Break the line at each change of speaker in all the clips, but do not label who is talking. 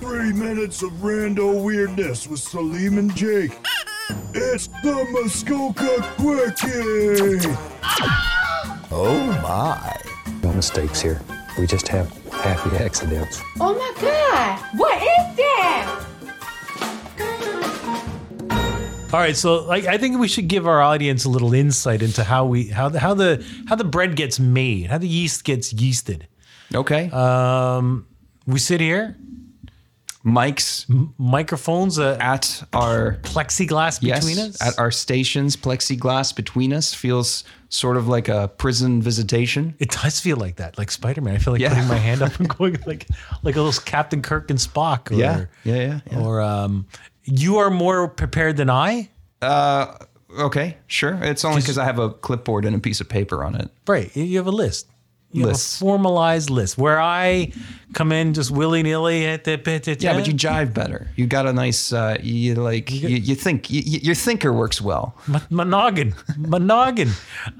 Three minutes of rando weirdness with Salim and Jake. It's the Muskoka Quickie!
Oh my.
No mistakes here. We just have happy accidents.
Oh my god! What is that?
All right, so like I think we should give our audience a little insight into how we how the how the how the bread gets made, how the yeast gets yeasted.
Okay.
Uh, We sit here,
Mics
Mm-hmm. microphones, uh,
at our
plexiglass
yes,
between us.
at our stations, plexiglass between us feels sort of like a prison visitation.
it does feel like that, like Spider Man. I feel like
Yeah.
putting my hand up and going like like a little Captain Kirk and Spock. Or,
Yeah, yeah, yeah, yeah.
Or um, you are more prepared than I.
Okay, sure. It's only because I have a clipboard and a piece of paper on it.
Right. You have a list. You
Lists.
have a formalized list where I come in just willy nilly. Yeah,
Yeah, but you jive better. You got a nice, uh, you like, you, you think, you, you- your thinker works well.
Hmm, Monoggin. Monoggin.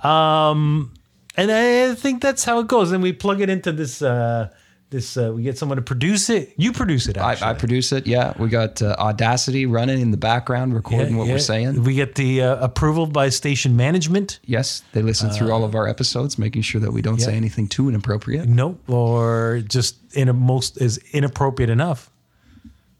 Um, and I I think that's how it goes. And we plug it into this. Uh, this uh, we get someone to produce it. You produce it.
I,
Actually.
I produce it. Yeah, we got uh, Audacity running in the background, recording what
Yeah,
we're saying.
We get the uh, approval by station management.
Yes, they listen through
Uh,
all of our episodes, making sure that we don't say anything too inappropriate.
Nope, or just in a most is inappropriate enough.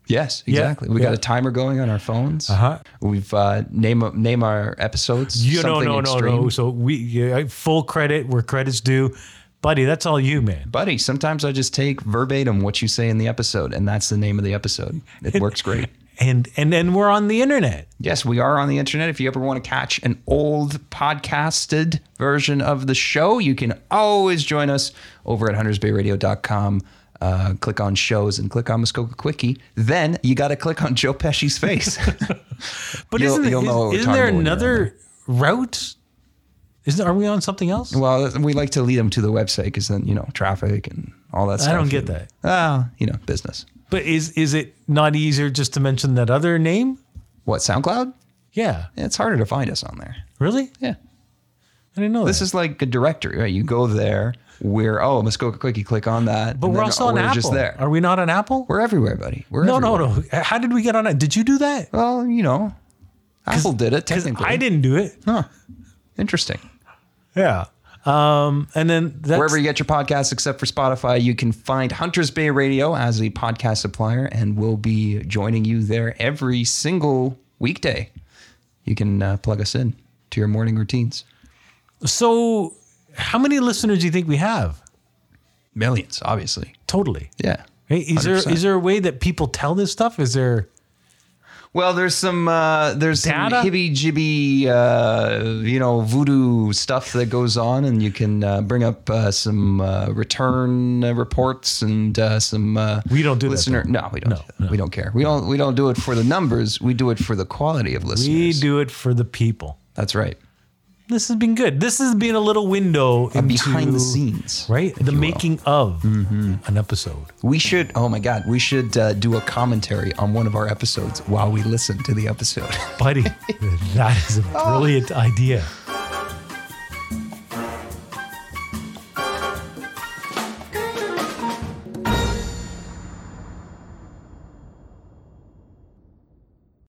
Yes, exactly. we got
yeah.
a timer going on our phones.
Uh-huh.
We've uh, name name our episodes.
You no
something
no no
extreme.
no. So we yeah, full credit where credits due, buddy. That's all you, man.
Buddy, sometimes I just take verbatim what you say in the episode, and that's the name of the episode. It works great.
And and then we're on the internet.
Yes, we are on the internet. If you ever want to catch an old podcasted version of the show, you can always join us over at huntersbayradio.com. Uh, click on shows and click on Muskoka Quickie. Then you got to click on Joe Pesci's face.
But
You'll-
isn't,
you'll know what we're
isn't there
talking about when you're on
another route? Isn't are we on something else?
well, we like to lead them to the website because then, you know, traffic and all that
I
stuff.
don't get that.
Ah, you know, business.
But is is it not easier just to mention that other name?
What, SoundCloud?
Yeah,
Yeah, it's harder to find us on there.
really?
Yeah.
I didn't know
This
that.
is like a directory, right? You go there, we're, oh, Muskoka Quickie, click on that.
But
and
we're
then
also on
we're
Apple.
just there.
Are we not on Apple?
We're everywhere, buddy. We're
no, no,
everywhere.
no. How did we get on it? Did you do that?
Well, you know, Apple did it
Because
technically.
I didn't do it.
Huh. Interesting.
Yeah. Um, and then that's,
Wherever you get your podcasts, except for Spotify, you can find Hunters Bay Radio as a podcast supplier, and we'll be joining you there every single weekday. You can uh, plug us in to your morning routines.
so how many listeners do you think we have?
Millions, obviously.
Totally.
Yeah.
Hey, is there
100%.
is there a way that people tell this stuff? Is there
Well, there's some uh, there's
Data?
some hibby jibby uh, you know voodoo stuff that goes on, and you can uh, bring up uh, some uh, return uh, reports and uh, some. Uh,
We don't do that,
listener.
though.
No, we don't.
No,
do that. We don't care. We don't. We don't do it for the numbers. We do it for the quality of listeners.
we do it for the people?
That's right.
This has been good. This has been a little window into,
behind the scenes,
right?
if
The
you will. Mm-hmm.
making of an episode.
We should. Oh my God. We should uh, do a commentary on one of our episodes while we listen to the episode. Oh.
Buddy, that is a brilliant idea.